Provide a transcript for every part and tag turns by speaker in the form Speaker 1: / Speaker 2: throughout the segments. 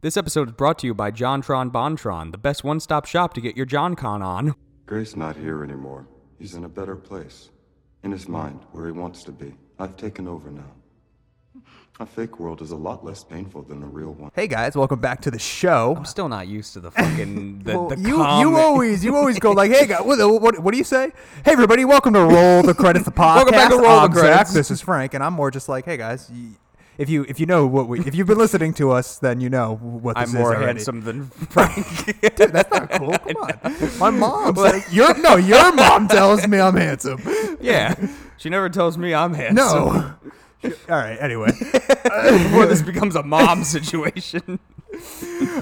Speaker 1: This episode is brought to you by JonTron Bontron, the best one-stop shop to get your JonCon on.
Speaker 2: Gray's not here anymore. He's in a better place. In his mind, where he wants to be. I've taken over now. A fake world is a lot less painful than a real one.
Speaker 3: Hey guys, welcome back to the show.
Speaker 1: I'm still not used to the fucking the,
Speaker 3: Well,
Speaker 1: the
Speaker 3: you
Speaker 1: calm
Speaker 3: you
Speaker 1: that-
Speaker 3: always you always go like, hey guys, what, what, what do you say? Hey everybody, welcome to Roll the Credits, the podcast.
Speaker 1: Welcome back to Roll the
Speaker 3: I'm Zach,
Speaker 1: Credits.
Speaker 3: This is Frank, and I'm more just like, hey guys, y- if you if you know what we if you've been listening to us, then you know what this
Speaker 1: I'm
Speaker 3: is
Speaker 1: more
Speaker 3: already.
Speaker 1: handsome than Frank.
Speaker 3: Dude, that's not cool. Come on, my mom's like, your no, your mom tells me I'm handsome.
Speaker 1: yeah, she never tells me I'm handsome.
Speaker 3: No. All right. Anyway,
Speaker 1: before this becomes a mom situation.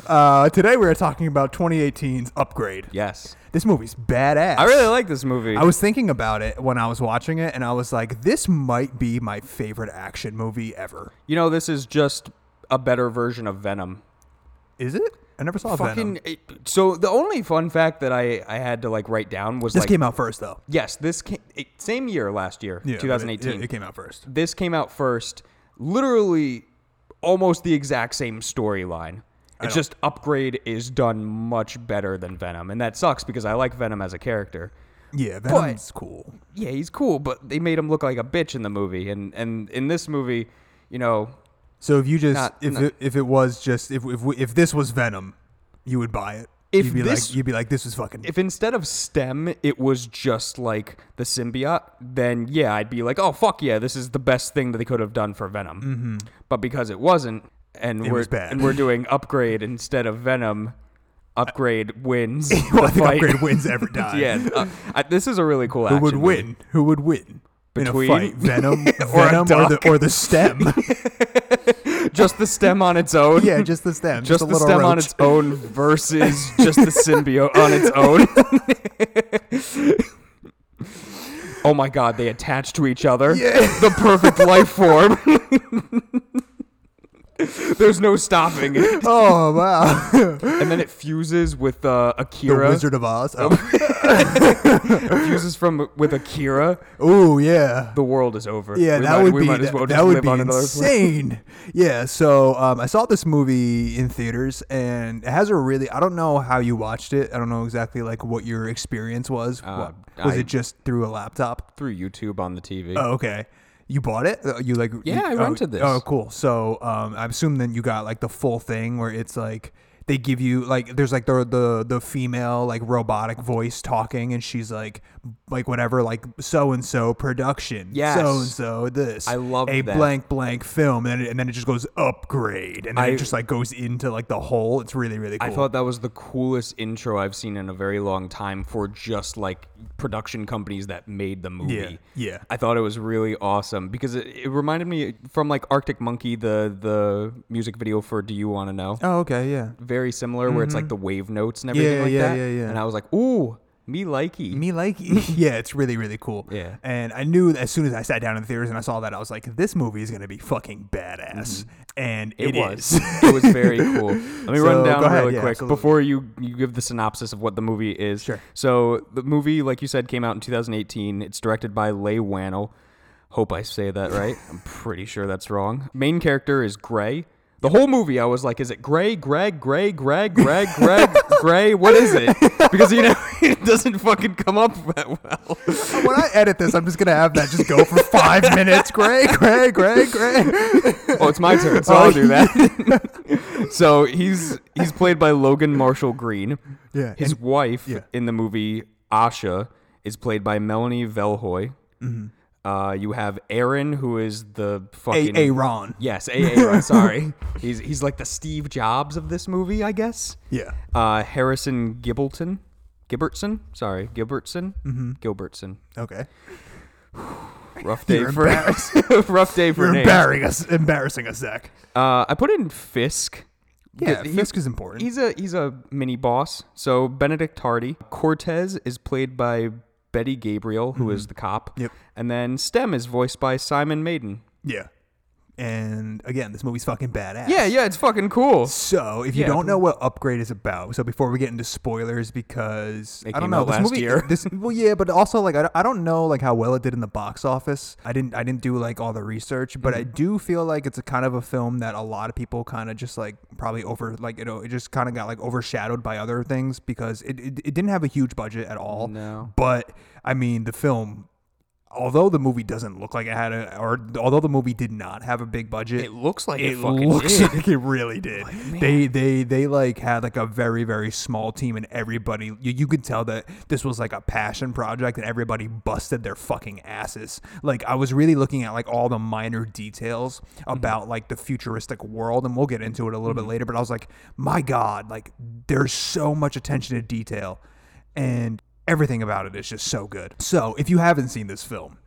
Speaker 3: uh, today we are talking about 2018's Upgrade.
Speaker 1: Yes,
Speaker 3: This movie's badass.
Speaker 1: I really like this movie.
Speaker 3: I was thinking about it when I was watching it, and I was like, this might be my favorite action movie ever.
Speaker 1: you know, this is just a better version of Venom.
Speaker 3: Is it? I never saw Oh, Venom.
Speaker 1: Fucking it- so the only fun fact that I I had to like write down was
Speaker 3: This
Speaker 1: like
Speaker 3: came out first, though.
Speaker 1: yes this came, it, same year last year
Speaker 3: Yeah, but it-
Speaker 1: 2018
Speaker 3: It, it came out first.
Speaker 1: this came out first literally almost the exact same storyline it's
Speaker 3: don't-
Speaker 1: just upgrade is done much better than venom and that sucks because i like venom as a character
Speaker 3: Yeah, Venom's cool.
Speaker 1: yeah he's cool but they made him look like a bitch in the movie and and in this movie you know
Speaker 3: So if you just
Speaker 1: Not-
Speaker 3: if
Speaker 1: no.
Speaker 3: it, if it was just if if, we, if this was Venom, you would buy it.
Speaker 1: If
Speaker 3: you'd be
Speaker 1: this-
Speaker 3: like you'd be like this is fucking
Speaker 1: if instead of stem it was just like the symbiote then yeah i'd be like oh fuck yeah this is the best thing that they could have done for venom mm-hmm. but because it wasn't and we're
Speaker 3: was bad.
Speaker 1: and we're doing upgrade instead of venom upgrade wins
Speaker 3: well, I
Speaker 1: the
Speaker 3: think
Speaker 1: fight.
Speaker 3: Upgrade wins every time.
Speaker 1: yeah uh, I, this is a really cool
Speaker 3: who would
Speaker 1: action movie.
Speaker 3: win? Who would win?
Speaker 1: Between-
Speaker 3: in a fight, Venom,
Speaker 1: Or a
Speaker 3: Venom, or, the
Speaker 1: duck.
Speaker 3: or the stem? Oh,
Speaker 1: just the stem on its own
Speaker 3: yeah, just the stem.
Speaker 1: just,
Speaker 3: a
Speaker 1: the
Speaker 3: little
Speaker 1: stem on
Speaker 3: roach.
Speaker 1: its own versus just the symbiote on its own. oh my god, they attach to each other. The perfect life form. There's no stopping it.
Speaker 3: Oh wow,
Speaker 1: And then it fuses with uh,
Speaker 3: the
Speaker 1: Akira.
Speaker 3: Wizard of Oz. Oh,
Speaker 1: It fuses from with Akira.
Speaker 3: Oh, ooh, yeah.
Speaker 1: The world is over.
Speaker 3: Yeah,
Speaker 1: We
Speaker 3: that
Speaker 1: might-
Speaker 3: would
Speaker 1: we
Speaker 3: be
Speaker 1: might as
Speaker 3: that,
Speaker 1: well
Speaker 3: that
Speaker 1: just
Speaker 3: would
Speaker 1: live
Speaker 3: be
Speaker 1: on another planet.
Speaker 3: insane. yeah, so um, I saw this movie in theaters, and it has a really I don't know how you watched it. I don't know exactly like what your experience was.
Speaker 1: Uh,
Speaker 3: What- was
Speaker 1: I-
Speaker 3: it just through a laptop?
Speaker 1: through YouTube on the TV.
Speaker 3: Oh, okay. You bought it? Uh, You like?
Speaker 1: Yeah, I
Speaker 3: you,
Speaker 1: rented
Speaker 3: oh,
Speaker 1: this.
Speaker 3: Oh, cool. So um, I assume then you got like the full thing where it's like they give you like there's like the the the female like robotic voice talking, and she's like like whatever like so and so production.
Speaker 1: Yes.
Speaker 3: So and so this.
Speaker 1: I love
Speaker 3: a
Speaker 1: that.
Speaker 3: blank blank film, and then it, and then it just goes upgrade, and then
Speaker 1: I-
Speaker 3: it just like goes into like the whole. It's really really cool.
Speaker 1: I thought that was the coolest intro I've seen in a very long time for just like production companies that made the movie.
Speaker 3: Yeah, yeah.
Speaker 1: I thought it was really awesome because it, it reminded me from like Arctic Monkey, the the music video for "Do You Want to Know."
Speaker 3: Oh, okay. Yeah.
Speaker 1: Very similar, where it's like the wave notes and everything
Speaker 3: mm-hmm. Yeah,
Speaker 1: like
Speaker 3: yeah,
Speaker 1: that.
Speaker 3: yeah, yeah.
Speaker 1: And I was like, "Ooh, me likey."
Speaker 3: Me like yeah, it's really really cool.
Speaker 1: Yeah.
Speaker 3: and I knew as soon as I sat down in the theaters and I saw that, I was like, this movie is gonna be fucking badass, and
Speaker 1: Mm-hmm. it, was.
Speaker 3: is.
Speaker 1: it was very cool. Let me
Speaker 3: So,
Speaker 1: run down
Speaker 3: go ahead,
Speaker 1: really
Speaker 3: yeah,
Speaker 1: quick
Speaker 3: absolutely.
Speaker 1: before you you give the synopsis of what the movie is.
Speaker 3: Sure.
Speaker 1: So the movie, like you said, came out in 2018. It's directed by Leigh Whannell. Hope I say that right. I'm pretty sure that's wrong. Main character is Gray. The whole movie, I was like, is it Gray, Greg, Gray, Greg, Greg, Greg, Gray? What is it? Because you know it doesn't fucking come up that well.
Speaker 3: when I edit this, I'm just gonna have that just go for five minutes. Gray, gray, gray, gray.
Speaker 1: Oh, it's my turn, so
Speaker 3: Oh,
Speaker 1: I'll do that. so he's he's played by Logan Marshall Green.
Speaker 3: Yeah,
Speaker 1: His wife
Speaker 3: yeah.
Speaker 1: in the movie Asha is played by Melanie Velhoy.
Speaker 3: Mm-hmm.
Speaker 1: Uh, you have Aaron, who is the fucking
Speaker 3: A Ron.
Speaker 1: Yes, A. A. Sorry, he's he's like the Steve Jobs of this movie, I guess.
Speaker 3: Yeah.
Speaker 1: Uh, Harrison Gibbleton, Gibbertson. Sorry, Gilbertson.
Speaker 3: Mm-hmm.
Speaker 1: Gilbertson.
Speaker 3: Okay.
Speaker 1: Rough day
Speaker 3: You're
Speaker 1: for rough day for
Speaker 3: You're
Speaker 1: names.
Speaker 3: embarrassing us, embarrassing us, Zach.
Speaker 1: Uh, I put in Fisk.
Speaker 3: Yeah,
Speaker 1: He-
Speaker 3: Fisk is important.
Speaker 1: He's a he's a mini boss. So Benedict Hardy, Cortez is played by Betty Gabriel, who is the cop.
Speaker 3: Mm-hmm. Yep.
Speaker 1: And then Stem is voiced by Simon Maiden.
Speaker 3: Yeah. And again, this movie's fucking badass.
Speaker 1: Yeah, yeah, it's fucking cool.
Speaker 3: So if you
Speaker 1: Yeah.
Speaker 3: don't know what Upgrade is about, so before we get into spoilers, because
Speaker 1: It
Speaker 3: I don't
Speaker 1: came
Speaker 3: know
Speaker 1: out
Speaker 3: this
Speaker 1: last
Speaker 3: movie.
Speaker 1: year.
Speaker 3: This well, yeah, but also like I, don't- I don't know like how well it did in the box office. I didn't I didn't do like all the research, but I
Speaker 1: Mm-hmm.
Speaker 3: do feel like it's a kind of a film that a lot of people kind of just like probably over like you know it just kind of got like overshadowed by other things because it, it it didn't have a huge budget at all.
Speaker 1: No.
Speaker 3: but I mean the film. Although the movie doesn't look like it had a, or although the movie did not have a big budget,
Speaker 1: It looks like it,
Speaker 3: it
Speaker 1: fucking
Speaker 3: looks
Speaker 1: did.
Speaker 3: like it really did. they they they like had like a very very small team, and everybody you, you could tell that this was like a passion project, and everybody busted their fucking asses. Like I was really looking at like all the minor details about like the futuristic world, and we'll get into it a little bit later. But I was like, my god, like there's so much attention to detail, and everything about it is just so good. So if you haven't seen this film.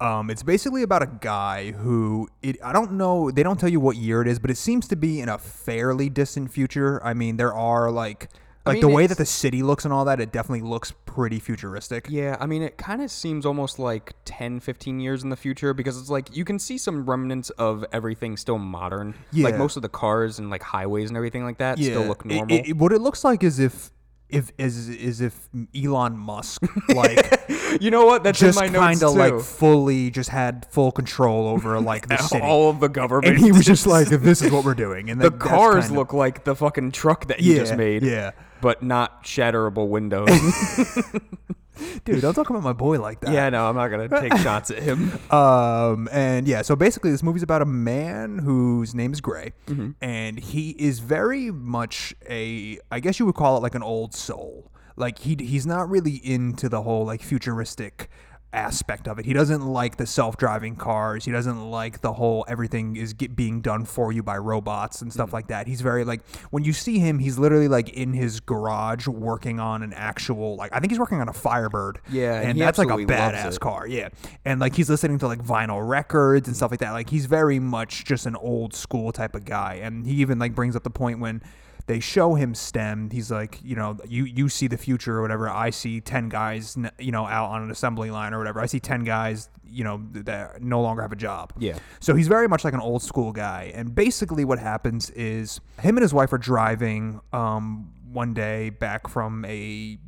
Speaker 3: Um, it's basically about a guy who it, I don't know. They don't tell you what year it is, but it seems to be in a fairly distant future. I mean, there are like like the
Speaker 1: mean,
Speaker 3: way
Speaker 1: it's-
Speaker 3: that the city looks and all that. It definitely looks pretty futuristic.
Speaker 1: Yeah, I mean, it kind of seems almost like 10, 15 years in the future because it's like you can see some remnants of everything still modern.
Speaker 3: Yeah.
Speaker 1: Like most of the cars and like highways and everything like that still look
Speaker 3: It-
Speaker 1: normal.
Speaker 3: it- it- what it looks like is if if is is if Elon Musk like
Speaker 1: you know what? That's
Speaker 3: just
Speaker 1: in my notes
Speaker 3: kind of
Speaker 1: too.
Speaker 3: like fully just had full control over like the city.
Speaker 1: all of the government.
Speaker 3: and he was just like, "This is what we're doing." And
Speaker 1: the
Speaker 3: that's
Speaker 1: cars
Speaker 3: kinda-
Speaker 1: look like the fucking truck that he
Speaker 3: Yeah,
Speaker 1: just made.
Speaker 3: yeah.
Speaker 1: But not shatterable windows.
Speaker 3: dude. Don't talk about my boy like that.
Speaker 1: yeah, no, I'm not gonna take shots at him.
Speaker 3: Um, and yeah, so basically, this movie's about a man whose name is Gray,
Speaker 1: Mm-hmm.
Speaker 3: and he is very much a, I guess you would call it like an old soul. Like he he's not really into the whole like futuristic aspect of it. He doesn't like the self-driving cars. He doesn't like the whole everything is get, being done for you by robots and stuff
Speaker 1: Mm-hmm.
Speaker 3: like that. He's very like when you see him, he's literally like in his garage working on an actual like I think he's working on a Firebird.
Speaker 1: Yeah, and
Speaker 3: and
Speaker 1: he
Speaker 3: that's like a
Speaker 1: absolutely loves
Speaker 3: badass
Speaker 1: it.
Speaker 3: car, yeah. And like he's listening to like vinyl records and stuff like that. Like he's very much just an old school type of guy. And he even like brings up the point when they show him STEM. He's like, you know, you you see the future or whatever. I see ten guys, n- you know, out on an assembly line or whatever. I see ten guys, you know, th- that no longer have a job.
Speaker 1: Yeah.
Speaker 3: So he's very much like an old school guy. And basically, what happens is him and his wife are driving um, one day back from a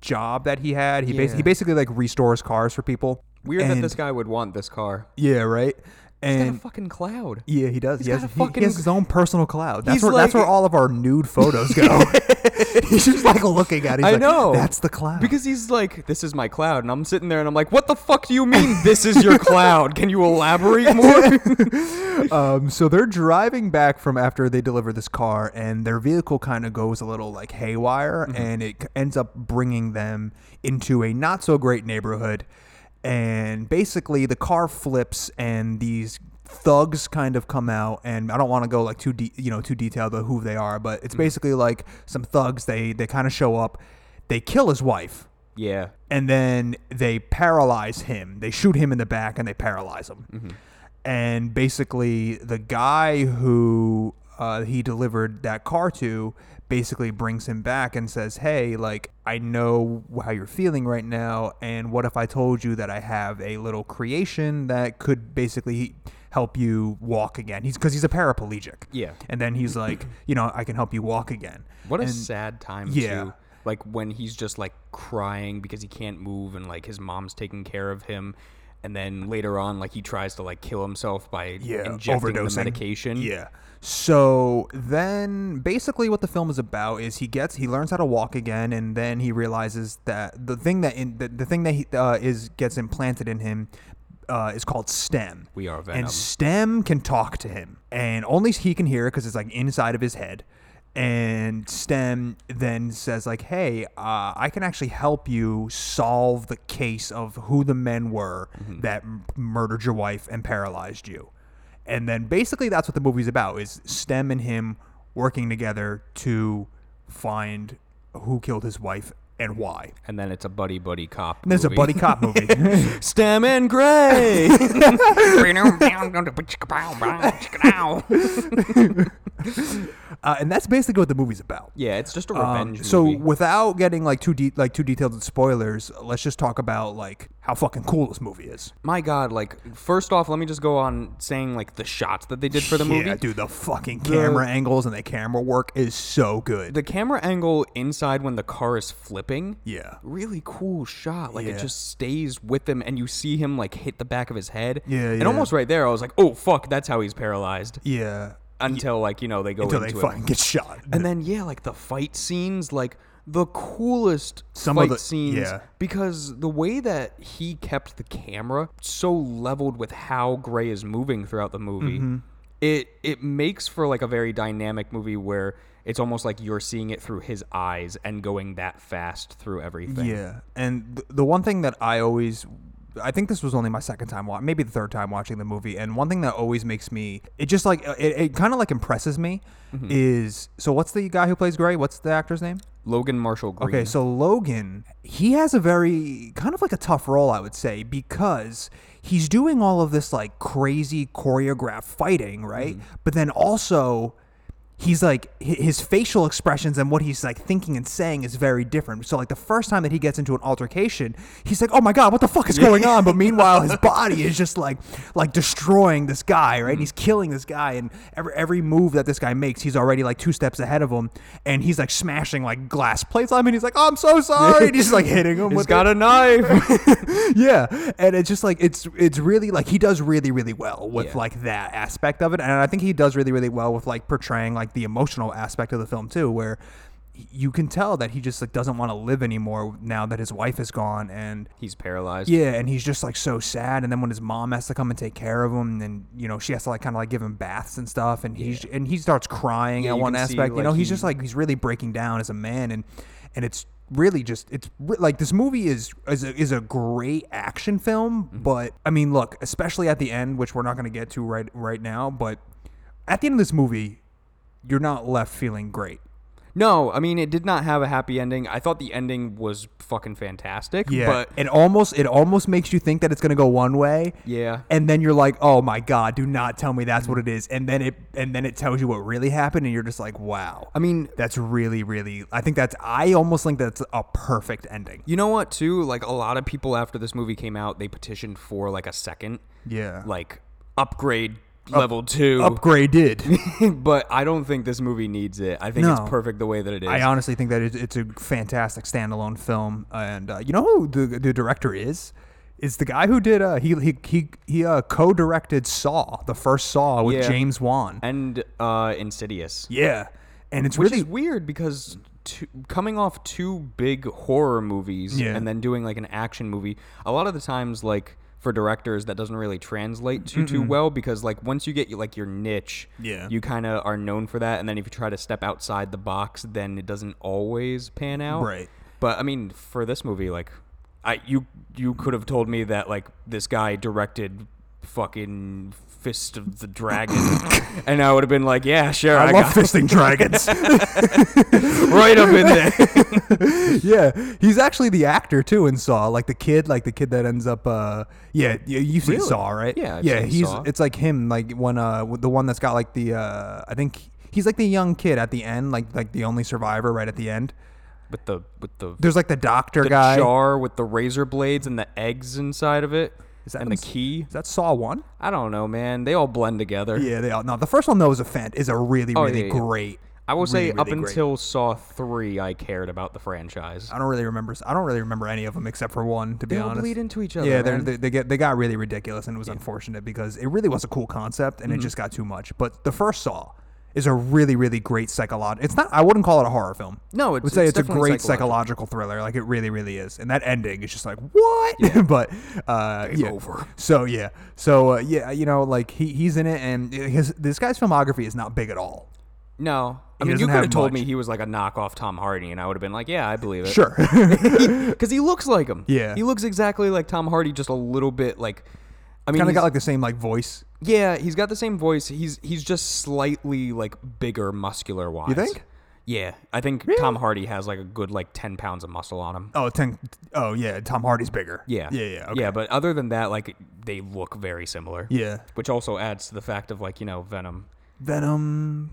Speaker 3: job that he had. He, bas-
Speaker 1: Yeah.
Speaker 3: he basically like restores cars for people.
Speaker 1: Weird that
Speaker 3: And-
Speaker 1: this guy would want this car.
Speaker 3: Yeah, right.
Speaker 1: He's got a
Speaker 3: And
Speaker 1: fucking cloud.
Speaker 3: yeah, he does. He
Speaker 1: got
Speaker 3: has,
Speaker 1: a
Speaker 3: he-
Speaker 1: fucking-
Speaker 3: he has his own personal cloud.
Speaker 1: He's
Speaker 3: That's where that's
Speaker 1: like-
Speaker 3: where all of our nude photos go. he's just like looking at. it. He's
Speaker 1: I
Speaker 3: like,
Speaker 1: know.
Speaker 3: That's the cloud.
Speaker 1: Because he's like, this is my cloud. And I'm sitting there and I'm like, what the fuck do you mean this is your cloud? Can you elaborate more?
Speaker 3: um, so they're driving back from after they deliver this car, and their vehicle kind of goes a little like haywire, and it c- ends up bringing them into a not so great neighborhood. And basically, the car flips, and these thugs kind of come out and I don't want to go like too de- you know too detailed of who they are but it's basically like some thugs they they kind of show up they kill his wife
Speaker 1: yeah.
Speaker 3: and then they paralyze him. They shoot him in the back and they paralyze him.
Speaker 1: Mm-hmm.
Speaker 3: And basically, the guy who uh, he delivered that car to basically brings him back and says, "Hey, like I know how you're feeling right now, and what if I told you that I have a little creation that could basically." help you walk again. He's cuz he's a paraplegic.
Speaker 1: Yeah.
Speaker 3: And then he's like, you know, I can help you walk again.
Speaker 1: What a
Speaker 3: And-
Speaker 1: sad time,
Speaker 3: yeah.
Speaker 1: too. Like when he's just like crying because he can't move and like his mom's taking care of him. And then later on, like he tries to like kill himself by injecting the medication.
Speaker 3: Yeah. So then basically what the film is about is he gets he learns how to walk again and then he realizes that the thing that in, the, the thing that he uh, is gets implanted in him uh, is called stem.
Speaker 1: We are Venom.
Speaker 3: And stem can talk to him and only he can hear it cuz it's like inside of his head. And Stem then says like, "Hey, uh, I can actually help you solve the case of who the men were that m- murdered your wife and paralyzed you." and then basically that's what the movie's about is stem and him working together to find who killed his wife and why
Speaker 1: And then it's a buddy buddy cop.
Speaker 3: and there's a
Speaker 1: movie.
Speaker 3: buddy cop movie
Speaker 1: Stem and Gray.
Speaker 3: uh, and that's basically what the movie's about
Speaker 1: yeah, it's just a
Speaker 3: Um,
Speaker 1: revenge
Speaker 3: so
Speaker 1: movie.
Speaker 3: without getting like too deep like too detailed in spoilers let's just talk about like how fucking cool this movie is.
Speaker 1: My God, like first off, let me just go on saying like the shots that they did for the movie.
Speaker 3: Yeah, dude, the fucking camera angles and the camera work is so good.
Speaker 1: The camera angle inside when the car is flipping.
Speaker 3: yeah.
Speaker 1: Really cool shot. Like
Speaker 3: Yeah.
Speaker 1: it just stays with him, and you see him like hit the back of his head.
Speaker 3: Yeah, yeah.
Speaker 1: And almost right there, I was like, "Oh fuck, that's how he's paralyzed."
Speaker 3: Yeah.
Speaker 1: Until like you know they go
Speaker 3: Until they
Speaker 1: into it.
Speaker 3: fucking get shot.
Speaker 1: And then yeah, like the fight scenes, like the coolest
Speaker 3: Some of
Speaker 1: fight
Speaker 3: the-
Speaker 1: scenes
Speaker 3: yeah.
Speaker 1: because the way that he kept the camera so leveled with how Gray is moving throughout the movie,
Speaker 3: Mm-hmm.
Speaker 1: it it makes for like a very dynamic movie where it's almost like you're seeing it through his eyes and going that fast through everything.
Speaker 3: Yeah, and th- the one thing that I always, I think this was only my second time watching, maybe the third time watching the movie, and one thing that always makes me, it just like uh, it, it kind of like impresses me,
Speaker 1: Mm-hmm.
Speaker 3: is so what's the guy who plays Gray? What's the actor's name?
Speaker 1: Logan Marshall Green.
Speaker 3: Okay, so Logan, he has a very kind of like a tough role, I would say, because he's doing all of this like crazy choreographed fighting, right? But then also he's like hi- his facial expressions and what he's like thinking and saying is very different. So like the first time that he gets into an altercation, he's like, "Oh my god, what the fuck is going on?" But meanwhile, his body is just like like destroying this guy,
Speaker 1: Mm-hmm.
Speaker 3: right? He's killing this guy and every every move that this guy makes, he's already like two steps ahead of him and he's like smashing like glass plates on him and he's like, "Oh, "I'm so sorry." And he's just like hitting him
Speaker 1: he's
Speaker 3: with
Speaker 1: got
Speaker 3: it.
Speaker 1: a knife.
Speaker 3: yeah, and it's just like it's it's really like he does really really well with
Speaker 1: Yeah.
Speaker 3: like that aspect of it, and I think he does really really well with like portraying like the emotional aspect of the film too, where you can tell that he just like doesn't want to live anymore now that his wife is gone and
Speaker 1: he's paralyzed.
Speaker 3: yeah and he's just like so sad and then when his mom has to come and take care of him and you know she has to like kind of like give him baths and stuff and he's and he starts crying
Speaker 1: Yeah,
Speaker 3: at
Speaker 1: you
Speaker 3: one
Speaker 1: can see,
Speaker 3: aspect you
Speaker 1: like,
Speaker 3: know he's
Speaker 1: he-
Speaker 3: just like he's really breaking down as a man and and it's really just it's re- like this movie is is a, is a great action film
Speaker 1: Mm-hmm.
Speaker 3: but i mean look especially at the end which we're not going to get to right right now but at the end of this movie you're not left feeling great
Speaker 1: No, I mean it did not have a happy ending. I thought the ending was fucking fantastic. But
Speaker 3: it almost it almost makes you think that it's going to go one way
Speaker 1: yeah.
Speaker 3: and then you're like oh my god do not tell me that's what it is and then it and then it tells you what really happened and you're just like wow
Speaker 1: I mean,
Speaker 3: that's really really i think that's i almost think that's a perfect ending
Speaker 1: You know what, too? Like, a lot of people after this movie came out, they petitioned for, like, a second,
Speaker 3: yeah like
Speaker 1: like, upgrade level two.
Speaker 3: upgraded
Speaker 1: but I don't think this movie needs it. I think
Speaker 3: No.
Speaker 1: it's perfect the way that it is.
Speaker 3: i honestly think that it's, it's a fantastic standalone film and uh, you know who the, the director is is the guy who did uh he he he, he uh, co-directed saw the first saw with
Speaker 1: Yeah.
Speaker 3: james wan
Speaker 1: and uh, Insidious.
Speaker 3: yeah and it's
Speaker 1: Which
Speaker 3: really
Speaker 1: is weird because two, coming off two big horror movies
Speaker 3: Yeah.
Speaker 1: and then doing, like, an action movie, a lot of the times, like, for directors, that doesn't really translate too too well because like once you get like your niche,
Speaker 3: Yeah.
Speaker 1: you kind of are known for that. And then if you try to step outside the box, then it doesn't always pan out.
Speaker 3: Right.
Speaker 1: But I mean, for this movie, like, I you you could have told me that like this guy directed fucking Fist of the Dragon, and I would have been like, yeah, sure, I,
Speaker 3: I love
Speaker 1: got
Speaker 3: fisting dragons.
Speaker 1: right up in there.
Speaker 3: yeah, he's actually the actor too in Saw, like the kid, like the kid that ends up. Uh, yeah, you, you've seen
Speaker 1: Really?
Speaker 3: Saw, right?
Speaker 1: Yeah, I've
Speaker 3: yeah,
Speaker 1: seen
Speaker 3: he's
Speaker 1: Saw.
Speaker 3: it's like him, like when uh with the one that's got like the uh I think he's like the young kid at the end, like like the only survivor right at the end.
Speaker 1: with the with the,
Speaker 3: There's like the doctor
Speaker 1: the
Speaker 3: guy.
Speaker 1: jar with the razor blades and the eggs inside of it,
Speaker 3: Is that
Speaker 1: and the
Speaker 3: what's-
Speaker 1: key.
Speaker 3: Is that Saw one?
Speaker 1: I don't know, man. They all blend together.
Speaker 3: Yeah, they all. No, the first one though is a fan is a really
Speaker 1: Oh,
Speaker 3: really
Speaker 1: yeah, yeah.
Speaker 3: great.
Speaker 1: I will say,
Speaker 3: really,
Speaker 1: up
Speaker 3: really great.
Speaker 1: until Saw three, I cared about the franchise.
Speaker 3: I don't really remember. I don't really remember any of them except for one, to be
Speaker 1: They all
Speaker 3: honest.
Speaker 1: bleed into each other,
Speaker 3: Yeah, they're-
Speaker 1: man.
Speaker 3: they they get they got really ridiculous, and it was unfortunate because it really was a cool concept,
Speaker 1: Mm-hmm.
Speaker 3: and it just got too much. But the first Saw is a really really great psychological. It's not. I wouldn't call it a horror film.
Speaker 1: No,
Speaker 3: I would
Speaker 1: it's-
Speaker 3: say
Speaker 1: it's
Speaker 3: it's, a
Speaker 1: definitely
Speaker 3: great
Speaker 1: psychological.
Speaker 3: psychological. thriller. Like it really really is, and that ending is just like what? but uh, yeah.
Speaker 1: over.
Speaker 3: So yeah, so uh, yeah, you know, like he, he's in it, and his this guy's filmography is not big at all.
Speaker 1: No, I
Speaker 3: He
Speaker 1: mean, you
Speaker 3: doesn't
Speaker 1: could have
Speaker 3: have
Speaker 1: told
Speaker 3: much.
Speaker 1: me he was like a knockoff Tom Hardy, and I would have been like, yeah, I believe it.
Speaker 3: Sure.
Speaker 1: because he looks like him.
Speaker 3: Yeah.
Speaker 1: he looks exactly like Tom Hardy, just a little bit like. I mean,
Speaker 3: kind of
Speaker 1: he's-
Speaker 3: got like the same like voice.
Speaker 1: yeah, he's got the same voice. He's he's just slightly like bigger, muscular wise.
Speaker 3: You think?
Speaker 1: Yeah, I think Tom Hardy has like a good like ten pounds of muscle on him.
Speaker 3: Oh, ten, oh yeah, Tom Hardy's bigger.
Speaker 1: Yeah,
Speaker 3: Yeah, yeah, okay.
Speaker 1: yeah. But other than that, like they look very similar.
Speaker 3: Yeah.
Speaker 1: which also adds to the fact of like you know Venom
Speaker 3: Venom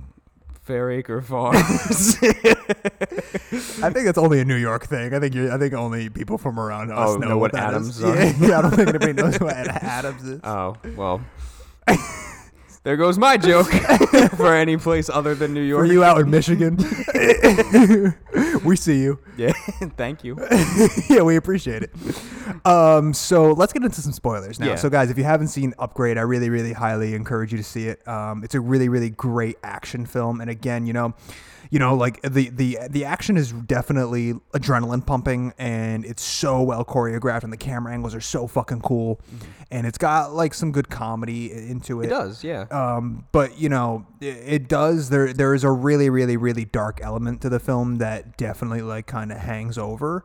Speaker 1: Fairacre Farms.
Speaker 3: I think that's only a New York thing. I think you I think only people from around us
Speaker 1: Oh,
Speaker 3: know,
Speaker 1: know what
Speaker 3: that
Speaker 1: Adams
Speaker 3: is.
Speaker 1: are.
Speaker 3: Yeah, yeah, I don't think anybody knows what Ad- Adams is.
Speaker 1: oh well, there goes my joke for any place other than New
Speaker 3: Were
Speaker 1: York.
Speaker 3: you out in Michigan? we see you.
Speaker 1: yeah, thank you.
Speaker 3: yeah, we appreciate it. Um, so let's get into some spoilers now.
Speaker 1: Yeah.
Speaker 3: So, guys, if you haven't seen Upgrade, I really, really highly encourage you to see it. Um, it's a really, really great action film, and again, you know, you know, like the the the action is definitely adrenaline pumping, and it's so well choreographed, and the camera angles are so fucking cool, and it's got like some good comedy i- into it.
Speaker 1: Mm-hmm. It does, yeah.
Speaker 3: Um, but you know, it, it does. There, there is a really, really, really dark element to the film that definitely like kind of hangs over.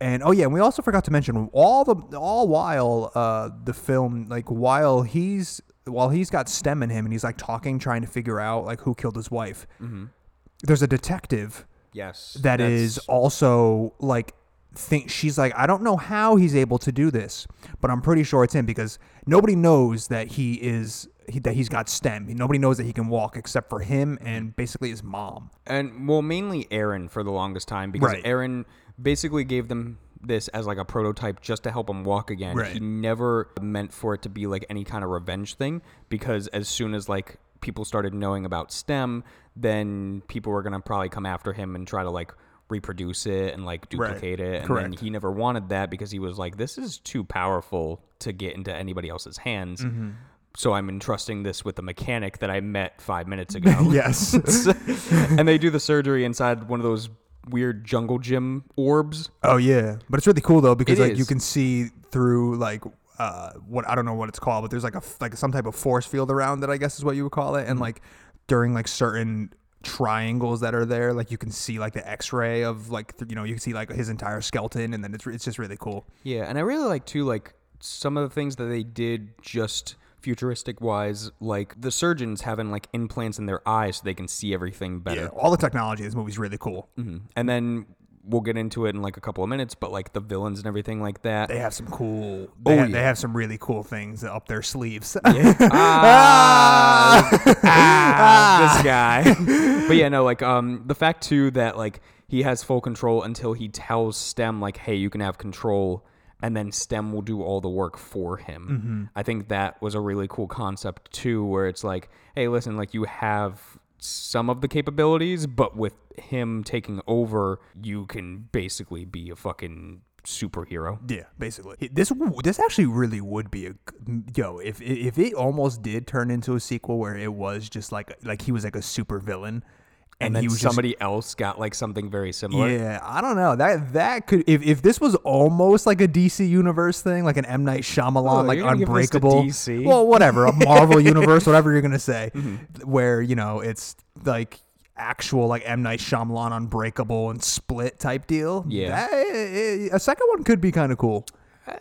Speaker 3: And oh yeah, and we also forgot to mention all the all while uh, the film like while he's while he's got stem in him and he's like talking, trying to figure out like who killed his wife. There's a detective
Speaker 1: yes,
Speaker 3: that
Speaker 1: that's-
Speaker 3: is also like think she's like I don't know how he's able to do this, but I'm pretty sure it's him because nobody knows that he is he, that he's got stem. Nobody knows that he can walk except for him and basically his mom.
Speaker 1: and well, mainly Aaron for the longest time because
Speaker 3: Right.
Speaker 1: Aaron basically gave them this as like a prototype just to help him walk again.
Speaker 3: Right.
Speaker 1: He never meant for it to be like any kind of revenge thing because as soon as like people started knowing about STEM, then people were gonna probably come after him and try to like reproduce it and like duplicate it. And
Speaker 3: Correct.
Speaker 1: then he never wanted that because he was like, this is too powerful to get into anybody else's hands.
Speaker 3: Mm-hmm.
Speaker 1: So I'm entrusting this with the mechanic that I met five minutes ago
Speaker 3: Yes.
Speaker 1: and they do the surgery inside one of those weird jungle gym orbs.
Speaker 3: oh yeah, but it's really cool though because
Speaker 1: It
Speaker 3: like you
Speaker 1: is.
Speaker 3: can see through like. Uh, what I don't know what it's called, but there's like a f- like some type of force field around it, I guess is what you would call it.
Speaker 1: Mm-hmm.
Speaker 3: And like during like certain triangles that are there, like you can see like the X-ray of like th- you know you can see like his entire skeleton, and then it's re- it's just really cool.
Speaker 1: Yeah, and I really like too like some of the things that they did just futuristic wise, like the surgeons having like implants in their eyes so they can see everything better. Mm-hmm.
Speaker 3: Yeah, all the technology in this movie's really cool.
Speaker 1: And then we'll get into it in like a couple of minutes, but like the villains and everything like that.
Speaker 3: They have some cool. They,
Speaker 1: Oh,
Speaker 3: have, they
Speaker 1: yeah.
Speaker 3: have some really cool things up their sleeves.
Speaker 1: ah, ah, this guy. but yeah, no, like um, the fact too that like he has full control until he tells Stem like, "Hey, you can have control," and then Stem will do all the work for him. I think that was a really cool concept too, where it's like, "Hey, listen, like you have." Some of the capabilities, but with him taking over, you can basically be a fucking superhero.
Speaker 3: yeah, basically. He- This w- this actually really would be a g- yo. If if it almost did turn into a sequel where it was just like like he was like a super villain,
Speaker 1: And,
Speaker 3: and,
Speaker 1: then
Speaker 3: he was
Speaker 1: somebody else got like something very similar.
Speaker 3: Just, yeah, I don't know that that could if, if this was almost like a DC universe thing, like an M Night Shyamalan,
Speaker 1: Oh,
Speaker 3: like
Speaker 1: you're gonna give this to
Speaker 3: Unbreakable.
Speaker 1: DC?
Speaker 3: Well, whatever, a Marvel universe, whatever you're gonna say,
Speaker 1: Mm-hmm.
Speaker 3: where you know it's like actual like M Night Shyamalan Unbreakable and Split type deal.
Speaker 1: Yeah. Eh,
Speaker 3: that, eh, eh, a second one could be kind of cool.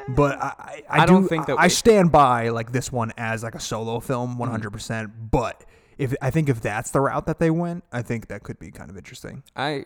Speaker 3: But I, I,
Speaker 1: I don't
Speaker 3: do-
Speaker 1: think that Mm-hmm.
Speaker 3: I, I
Speaker 1: it-
Speaker 3: stand by like this one as like a solo film, one hundred percent. But if I think if that's the route that they went, I think that could be kind of interesting.
Speaker 1: I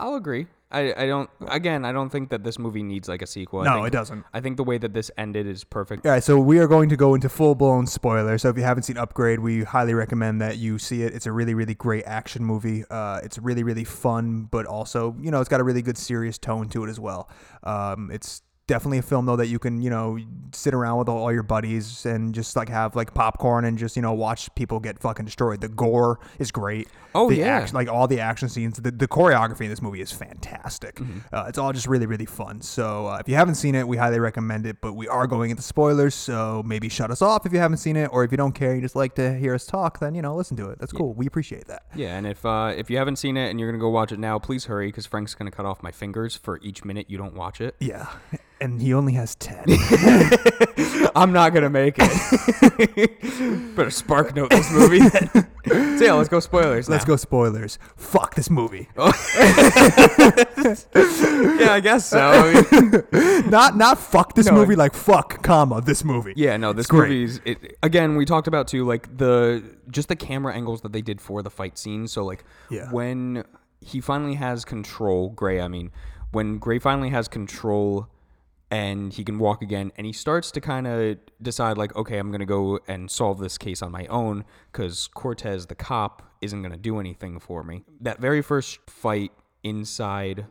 Speaker 1: I'll agree. I, I don't again I don't think that this movie needs like a sequel. I
Speaker 3: No,
Speaker 1: think-
Speaker 3: it doesn't.
Speaker 1: I think the way that this ended is perfect.
Speaker 3: All right, so we are going to go into full blown spoiler. So if you haven't seen Upgrade, we highly recommend that you see it. It's a really, really great action movie. Uh, it's really, really fun, but also, you know, it's got a really good serious tone to it as well. Um, it's definitely a film though that you can, you know, sit around with all, all your buddies and just like have like popcorn and just you know watch people get fucking destroyed. The gore is great.
Speaker 1: Oh,
Speaker 3: the
Speaker 1: yeah.
Speaker 3: action, like all the action scenes. The, the choreography in this movie is fantastic.
Speaker 1: Mm-hmm.
Speaker 3: Uh, it's all just really, really fun. So uh, if you haven't seen it, we highly recommend it. But we are going into spoilers, so maybe shut us off if you haven't seen it, or if you don't care, you just like to hear us talk, then you know, listen to it. That's cool. We appreciate that.
Speaker 1: Yeah, and if uh, if you haven't seen it and you're gonna go watch it now, please hurry because Frank's gonna cut off my fingers for each minute you don't watch it.
Speaker 3: Yeah, and he only has ten.
Speaker 1: I'm not gonna make it. Better spark note this movie. then. so yeah, let's go spoilers.
Speaker 3: Let's
Speaker 1: now.
Speaker 3: go spoilers. Fuck this movie.
Speaker 1: Oh. Yeah, I guess so. I mean-
Speaker 3: not not fuck this
Speaker 1: No,
Speaker 3: movie.
Speaker 1: it-
Speaker 3: Like fuck, comma this movie.
Speaker 1: Yeah, no, this
Speaker 3: It's great.
Speaker 1: movie's it, again. We talked about too, like the just the camera angles that they did for the fight scene. So like
Speaker 3: Yeah.
Speaker 1: when he finally has control, Gray. I mean, when Gray finally has control and he can walk again and he starts to kind of decide like okay i'm going to go and solve this case on my own cuz cortez the cop isn't going to do anything for me that very first fight inside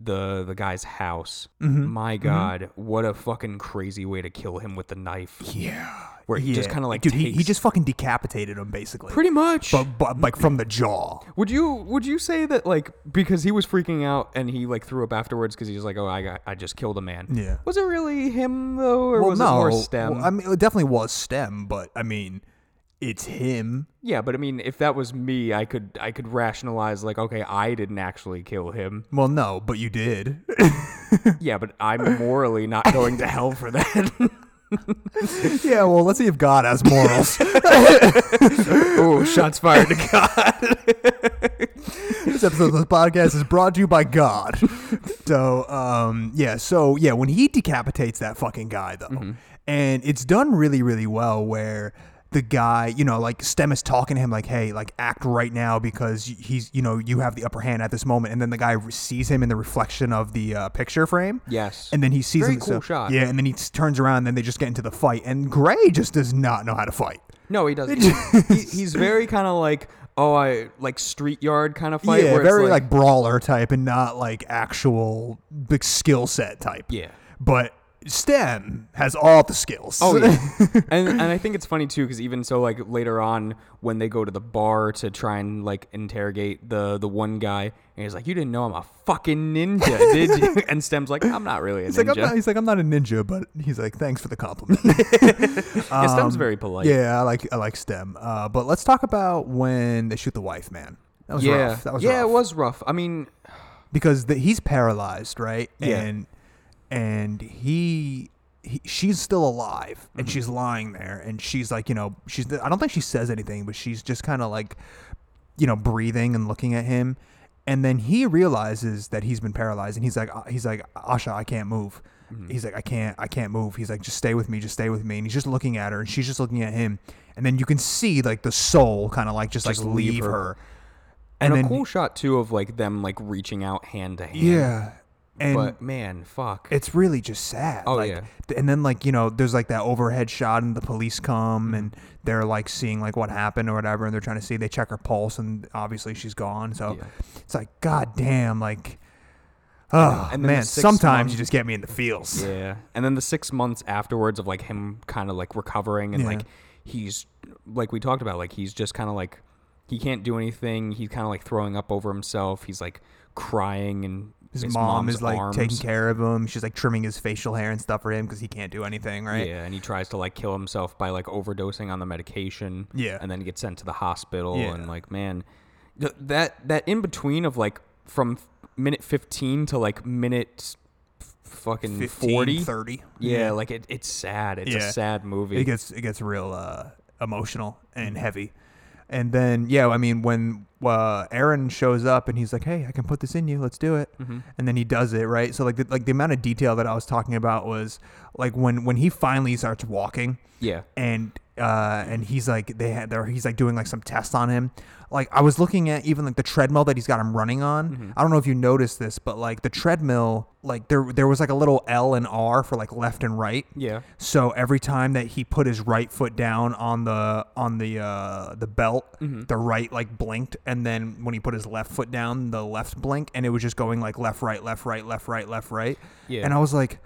Speaker 1: the the guy's house
Speaker 3: Mm-hmm.
Speaker 1: my god what a fucking crazy way to kill him with the knife
Speaker 3: Yeah.
Speaker 1: Where he just
Speaker 3: Yeah.
Speaker 1: kinda, like,
Speaker 3: dude, he, he
Speaker 1: takes-
Speaker 3: just fucking decapitated him basically.
Speaker 1: pretty much
Speaker 3: but, but like from the jaw.
Speaker 1: Would you would you say that like because he was freaking out and he like threw up afterwards because he was like oh I got, I just killed a man
Speaker 3: Yeah.
Speaker 1: was it really him though or was it more stem
Speaker 3: well, I mean, it definitely was stem, but I mean, it's him.
Speaker 1: yeah but I mean if that was me I could I could rationalize like okay I didn't actually kill him
Speaker 3: Well, no, but you did.
Speaker 1: yeah but I'm morally not going to hell for that
Speaker 3: yeah. Well, let's see if God has morals.
Speaker 1: oh shots fired to God
Speaker 3: this episode of the podcast is brought to you by God. So, um, yeah, so yeah, when he decapitates that fucking guy though,
Speaker 1: Mm-hmm.
Speaker 3: and it's done really, really well where the guy, you know, like Stem is talking to him like, "Hey, like act right now because he's, you know, you have the upper hand at this moment." And then the guy re- sees him in the reflection of the uh, picture frame.
Speaker 1: Yes.
Speaker 3: and then he sees
Speaker 1: Very
Speaker 3: him.
Speaker 1: cool shot.
Speaker 3: Yeah, and then he s- turns around. and Then they just get into the fight, and Gray just does not know how to fight.
Speaker 1: no he doesn't he, he's very kind of like oh I like street yard kind of fight
Speaker 3: yeah,
Speaker 1: where it's
Speaker 3: very like, brawler type and not like actual big skill set type.
Speaker 1: Yeah.
Speaker 3: But STEM has all the skills.
Speaker 1: Oh yeah, and and I think it's funny too because even so, like later on when they go to the bar to try and like interrogate the the one guy, and he's like, "You didn't know I'm a fucking ninja, did you?" And Stem's like, "I'm not really a
Speaker 3: He's
Speaker 1: ninja."
Speaker 3: like, I'm not, he's like, I'm not a ninja, but he's like, thanks for the compliment.
Speaker 1: Yeah, Stem's very polite.
Speaker 3: um, yeah, I like I like STEM. Uh, but let's talk about when they shoot the wife, man. That was
Speaker 1: yeah,
Speaker 3: rough. That was
Speaker 1: yeah.
Speaker 3: rough.
Speaker 1: It was rough. I mean,
Speaker 3: because the, he's paralyzed, right?
Speaker 1: Yeah.
Speaker 3: And and he, he she's still alive and
Speaker 1: Mm-hmm.
Speaker 3: she's lying there and she's like, you know, she's I don't think she says anything, but she's just kind of like you know, breathing and looking at him. And then he realizes that he's been paralyzed and he's like uh, he's like Asha, I can't move.
Speaker 1: Mm-hmm.
Speaker 3: He's like I can't I can't move. He's like just stay with me, just stay with me. And he's just looking at her and she's just looking at him. And then you can see like the soul kind of like just,
Speaker 1: Just
Speaker 3: like leave,
Speaker 1: leave
Speaker 3: her.
Speaker 1: her.
Speaker 3: And
Speaker 1: and,
Speaker 3: then
Speaker 1: a cool shot too of like them like reaching out hand to hand.
Speaker 3: yeah. And
Speaker 1: but man, fuck.
Speaker 3: it's really just sad.
Speaker 1: Oh,
Speaker 3: like,
Speaker 1: yeah.
Speaker 3: th- And then like you know, there's like that overhead shot, and the police
Speaker 1: Mm-hmm.
Speaker 3: come, and they're like seeing like what happened or whatever, and they're trying to see. They check her pulse, and obviously she's gone. So
Speaker 1: Yeah.
Speaker 3: it's like, god damn, like, oh
Speaker 1: And then the
Speaker 3: man.
Speaker 1: six
Speaker 3: Sometimes
Speaker 1: month-
Speaker 3: you just get me in the feels.
Speaker 1: Yeah. And then the six months afterwards of like him kind of like recovering and
Speaker 3: Yeah.
Speaker 1: like he's like we talked about, like he's just kind of like he can't do anything. He's kind of like throwing up over himself. He's like crying and
Speaker 3: His, mom
Speaker 1: mom's
Speaker 3: is like
Speaker 1: arms.
Speaker 3: taking care of him. She's like trimming his facial hair and stuff for him because he can't do anything, right?
Speaker 1: Yeah, and he tries to like kill himself by like overdosing on the medication.
Speaker 3: Yeah.
Speaker 1: and then gets sent to the hospital.
Speaker 3: Yeah.
Speaker 1: And like, man, th- that that in between of like from f- minute fifteen to like minute f- fucking
Speaker 3: 15,
Speaker 1: forty,
Speaker 3: 30.
Speaker 1: yeah, like it, it's sad. It's
Speaker 3: Mm-hmm. Yeah.
Speaker 1: a sad movie.
Speaker 3: It gets it gets real uh, emotional and heavy. And then yeah, I mean when uh, Aaron shows up and he's like, "Hey, I can put this in you. Let's do it." And then he does it right. So like the, like the amount of detail that I was talking about was like when when he finally starts walking
Speaker 1: yeah.
Speaker 3: and uh, and he's like they had there he's like doing like some tests on him. Like I was looking at even like the treadmill that he's got him running on. I don't know if you noticed this, but like the treadmill, like there there was like a little L and R for like left and right.
Speaker 1: Yeah.
Speaker 3: So every time that he put his right foot down on the on the uh, the belt, the right like blinked, and then when he put his left foot down, the left blink, and it was just going like left, right, left, right, left, right, left, right.
Speaker 1: Yeah.
Speaker 3: And I was like,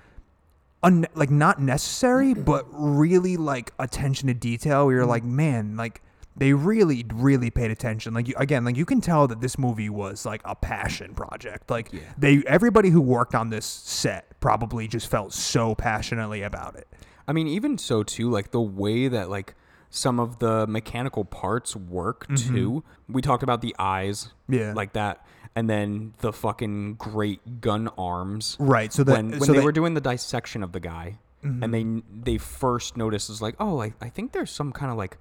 Speaker 3: un- like not necessary, but really like attention to detail. You're like, man, like they really, really paid attention. Like you, again, like you can tell that this movie was like a passion project. Like they, everybody who worked on this set probably just felt so passionately about it.
Speaker 1: I mean, even so too, like the way that like some of the mechanical parts work too. We talked about the eyes,
Speaker 3: Mm-hmm. Yeah.
Speaker 1: like that, and then the fucking great gun arms.
Speaker 3: Right. So that
Speaker 1: when when
Speaker 3: so
Speaker 1: they
Speaker 3: that- Mm-hmm.
Speaker 1: were doing the dissection of the guy, and they they first noticed is like, oh, like I think there's some kind of like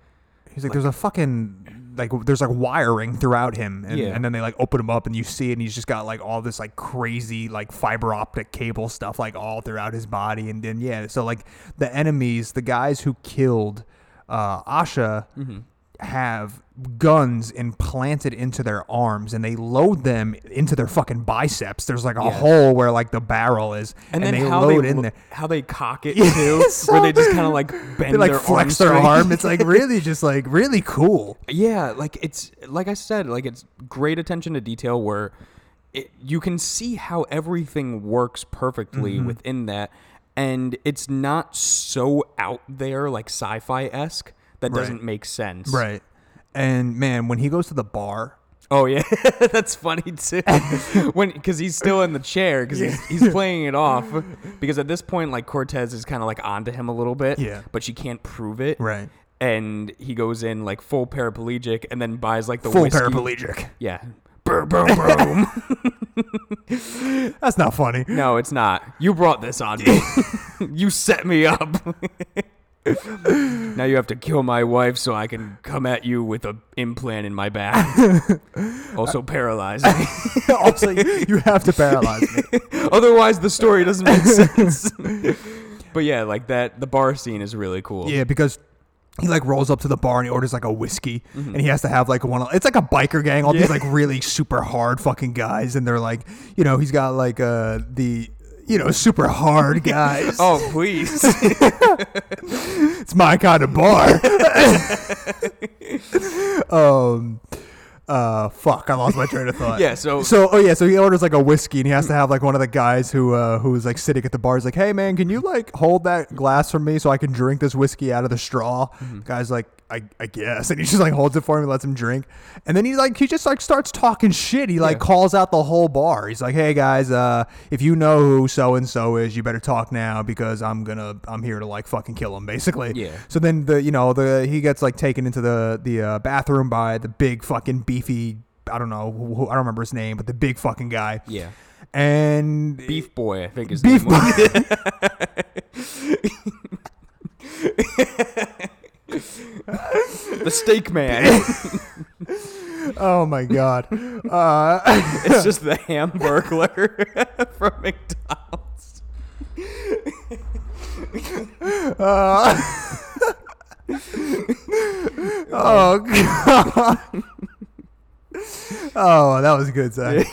Speaker 3: He's like, there's a fucking like there's like wiring throughout him, and,
Speaker 1: Yeah.
Speaker 3: and then they like open him up and you see it, and he's just got like all this like crazy like fiber optic cable stuff like all throughout his body, and then
Speaker 1: Mm-hmm.
Speaker 3: yeah, so like the enemies, the guys who killed uh, Asha. have guns implanted into their arms and they load them into their fucking biceps. There's like a hole where like the barrel is,
Speaker 1: And,
Speaker 3: and,
Speaker 1: then
Speaker 3: they
Speaker 1: how
Speaker 3: load
Speaker 1: they
Speaker 3: in
Speaker 1: lo-
Speaker 3: there.
Speaker 1: how they cock it
Speaker 3: Yeah,
Speaker 1: too,
Speaker 3: so-
Speaker 1: where they just kind of like bend
Speaker 3: They like
Speaker 1: their
Speaker 3: flex
Speaker 1: arms
Speaker 3: their
Speaker 1: straight.
Speaker 3: arm. It's like really just like really cool.
Speaker 1: Yeah, like it's like I said, like it's great attention to detail where it, you can see how everything works perfectly
Speaker 3: Mm-hmm.
Speaker 1: within that, and it's not so out there like sci-fi esque that
Speaker 3: Right.
Speaker 1: doesn't make sense.
Speaker 3: Right. And man, when he goes to the bar,
Speaker 1: Oh yeah, that's funny too. when because he's still in the chair because he's, he's playing it off because at this point like Cortez is kind of like onto him a little bit.
Speaker 3: Yeah.
Speaker 1: but she can't prove it.
Speaker 3: Right.
Speaker 1: and he goes in like full paraplegic and then buys like the
Speaker 3: full
Speaker 1: whiskey.
Speaker 3: paraplegic.
Speaker 1: Yeah. Boom, boom, boom.
Speaker 3: That's not funny.
Speaker 1: no, it's not. You brought this on me. you set me up. now you have to kill my wife so I can come at you with a implant in my back. also paralyze me.
Speaker 3: also, you have to paralyze me.
Speaker 1: Otherwise, the story doesn't make sense. but yeah, like that, the bar scene is really cool.
Speaker 3: Yeah, because he like rolls up to the bar and he orders like a whiskey, and he has to have like one. It's like a biker gang. All these like really super hard fucking guys, and they're like, you know, he's got like uh the you know super hard guys.
Speaker 1: Oh, please.
Speaker 3: it's my kind of bar. um. Uh, fuck! I lost my train of thought.
Speaker 1: Yeah, so-
Speaker 3: so oh yeah, so he orders like a whiskey, and he has to have like one of the guys who uh who's like sitting at the bar is like, hey man, can you like hold that glass for me so I can drink this whiskey out of the straw? Guy's like, I, I guess, and he just like holds it for him and lets him drink, and then he like he just like starts talking shit. He like calls out the whole bar. He's like, hey guys, uh, if you know who so and so is, you better talk now because I'm gonna I'm here to like fucking kill him basically.
Speaker 1: Yeah.
Speaker 3: So then the you know the he gets like taken into the the uh, bathroom by the big fucking beefy I don't know who, who- I don't remember his name but the big fucking guy.
Speaker 1: yeah.
Speaker 3: And
Speaker 1: Beef Boy, I think is
Speaker 3: beef.
Speaker 1: the name. The Steak Man.
Speaker 3: oh my god. Uh,
Speaker 1: It's just the Hamburglar from McDonald's.
Speaker 3: uh, oh god. Oh, that was good, Zach.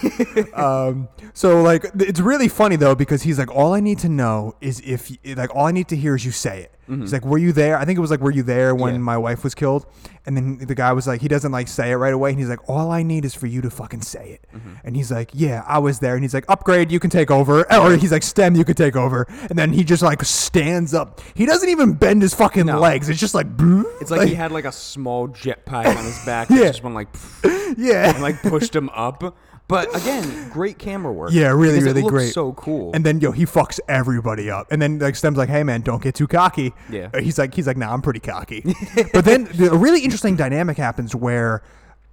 Speaker 3: um, so like, th- it's really funny though because he's like, all I need to know is if, y- like, all I need to hear is you say it. He's like, were you there? I think it was like, were you there when
Speaker 1: Mm-hmm. Yeah.
Speaker 3: my wife was killed? And then the guy was like, he doesn't like say it right away, and he's like, all I need is for you to fucking say it.
Speaker 1: Mm-hmm.
Speaker 3: And he's like, yeah, I was there. And he's like, upgrade, you can take over, or he's like, stem, you can take over. And then he just like stands up. He doesn't even bend his fucking
Speaker 1: No.
Speaker 3: legs. It's just like,
Speaker 1: It's like he had like a small jetpack on his back.
Speaker 3: Yeah.
Speaker 1: that Just went like, pfft,
Speaker 3: yeah.
Speaker 1: and like pushed him up. But again, great camera work.
Speaker 3: Yeah, really,
Speaker 1: because it
Speaker 3: really
Speaker 1: looks
Speaker 3: great.
Speaker 1: So cool.
Speaker 3: And then yo, he fucks everybody up. And then like Stem's like, "Hey man, don't get too cocky."
Speaker 1: Yeah.
Speaker 3: Uh, He's like, he's like, "Nah, I'm pretty cocky." but then the, a really interesting dynamic happens where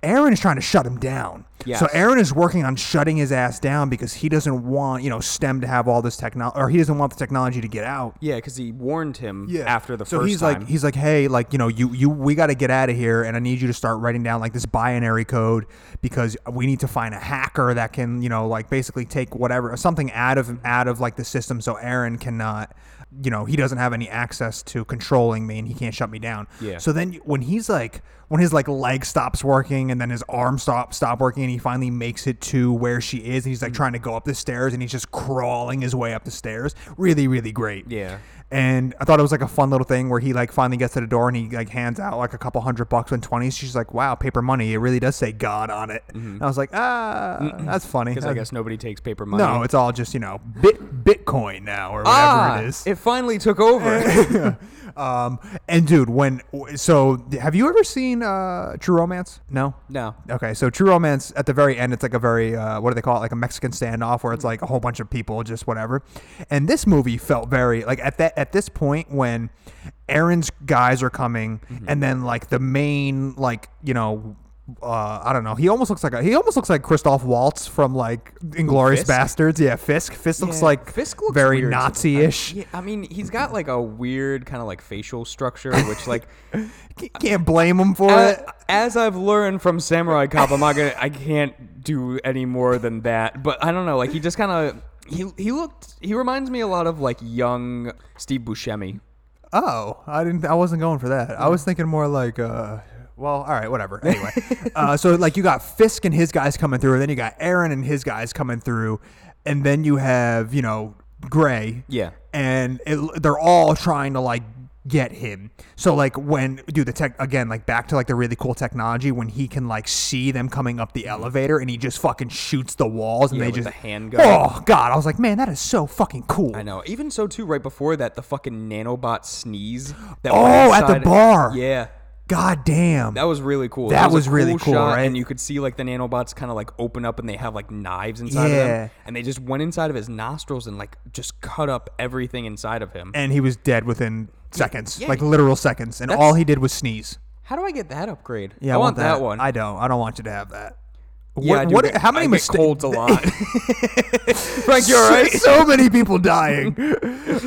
Speaker 3: Aaron is trying to shut him down. So
Speaker 1: Yes.
Speaker 3: Aaron is working on shutting his ass down because he doesn't want you know Stem to have all this technology, or he doesn't want the technology to get out.
Speaker 1: yeah, because he warned him after the
Speaker 3: so
Speaker 1: first
Speaker 3: he's
Speaker 1: time.
Speaker 3: like he's like hey like you know you you we got to get out of here and i need you to start writing down like this binary code because we need to find a hacker that can you know like basically take whatever something out of out of like the system so aaron cannot you know he doesn't have any access to controlling me and he can't shut me down
Speaker 1: Yeah.
Speaker 3: so then when he's like when his like leg stops working and then his arm stop stop working and he finally makes it to where she is and he's
Speaker 1: Mm.
Speaker 3: like trying to go up the stairs and he's just crawling his way up the stairs really really great
Speaker 1: Yeah.
Speaker 3: and I thought it was like a fun little thing where he like finally gets to the door and he like hands out like a couple hundred bucks and twenties. She's like, "Wow, paper money! It really does say God on it." And I was like, "Ah, that's funny."
Speaker 1: because
Speaker 3: Uh,
Speaker 1: Mm-hmm. I guess nobody takes paper money.
Speaker 3: no, it's all just you know, bit Bitcoin now or whatever
Speaker 1: ah,
Speaker 3: it is.
Speaker 1: it finally took over.
Speaker 3: um, and dude, when so have you ever seen uh, True Romance? No.
Speaker 1: no,
Speaker 3: Okay, so True Romance at the very end, it's like a very uh, what do they call it? Like a Mexican standoff where it's
Speaker 1: Mm-hmm.
Speaker 3: like a whole bunch of people, just whatever. And this movie felt very like at that at this point when Aaron's guys are coming,
Speaker 1: Mm-hmm.
Speaker 3: and then like the main like you know. Uh, I don't know. He almost looks like a, he almost looks like Christoph Waltz from like Inglorious
Speaker 1: Fisk?
Speaker 3: Bastards. Yeah, Fisk. Fisk looks
Speaker 1: Yeah,
Speaker 3: like
Speaker 1: Fisk looks
Speaker 3: very
Speaker 1: weird.
Speaker 3: Nazi-ish.
Speaker 1: Yeah, I mean, he's got like a weird kind of like facial structure, which like
Speaker 3: C- Can't blame him for
Speaker 1: Uh,
Speaker 3: it.
Speaker 1: as I've learned from Samurai Cop, I'm not gonna. I can't do any more than that. But I don't know. Like he just kind of he he looked. He reminds me a lot of like young Steve Buscemi.
Speaker 3: Oh, I didn't. I wasn't going for that. I was thinking more like uh, Well, all right, whatever. Anyway, uh, so like you got Fisk and his guys coming through, and then you got Aaron and his guys coming through, and then you have you know Gray.
Speaker 1: Yeah.
Speaker 3: and it, they're all trying to like get him. So like when do the tech again like back to like the really cool technology when he can like see them coming up the elevator and he just fucking shoots the walls and
Speaker 1: Yeah,
Speaker 3: they
Speaker 1: with
Speaker 3: just
Speaker 1: the handgun.
Speaker 3: Oh god, I was like, man, that is so fucking cool.
Speaker 1: I know. Even so, too, right before that, the fucking nanobot sneeze. That
Speaker 3: Oh,
Speaker 1: went
Speaker 3: at the
Speaker 1: inside-
Speaker 3: bar.
Speaker 1: Yeah.
Speaker 3: God damn.
Speaker 1: That was really cool.
Speaker 3: That
Speaker 1: It a
Speaker 3: was really cool,
Speaker 1: shot,
Speaker 3: right?
Speaker 1: And you could see like the nanobots kind of like open up, and they have like knives inside of
Speaker 3: Yeah.
Speaker 1: them, and they just went inside of his nostrils and like just cut up everything inside of him.
Speaker 3: and he was dead within seconds,
Speaker 1: yeah.
Speaker 3: like literal seconds, and
Speaker 1: That's-
Speaker 3: all he did was sneeze.
Speaker 1: How do I get that upgrade?
Speaker 3: Yeah,
Speaker 1: I, want, that. one.
Speaker 3: I don't. I don't want you to have that.
Speaker 1: yeah, I do
Speaker 3: what,
Speaker 1: get-
Speaker 3: how many
Speaker 1: I get
Speaker 3: mistakes?
Speaker 1: colds a lot. Frank, you're right.
Speaker 3: So many people dying.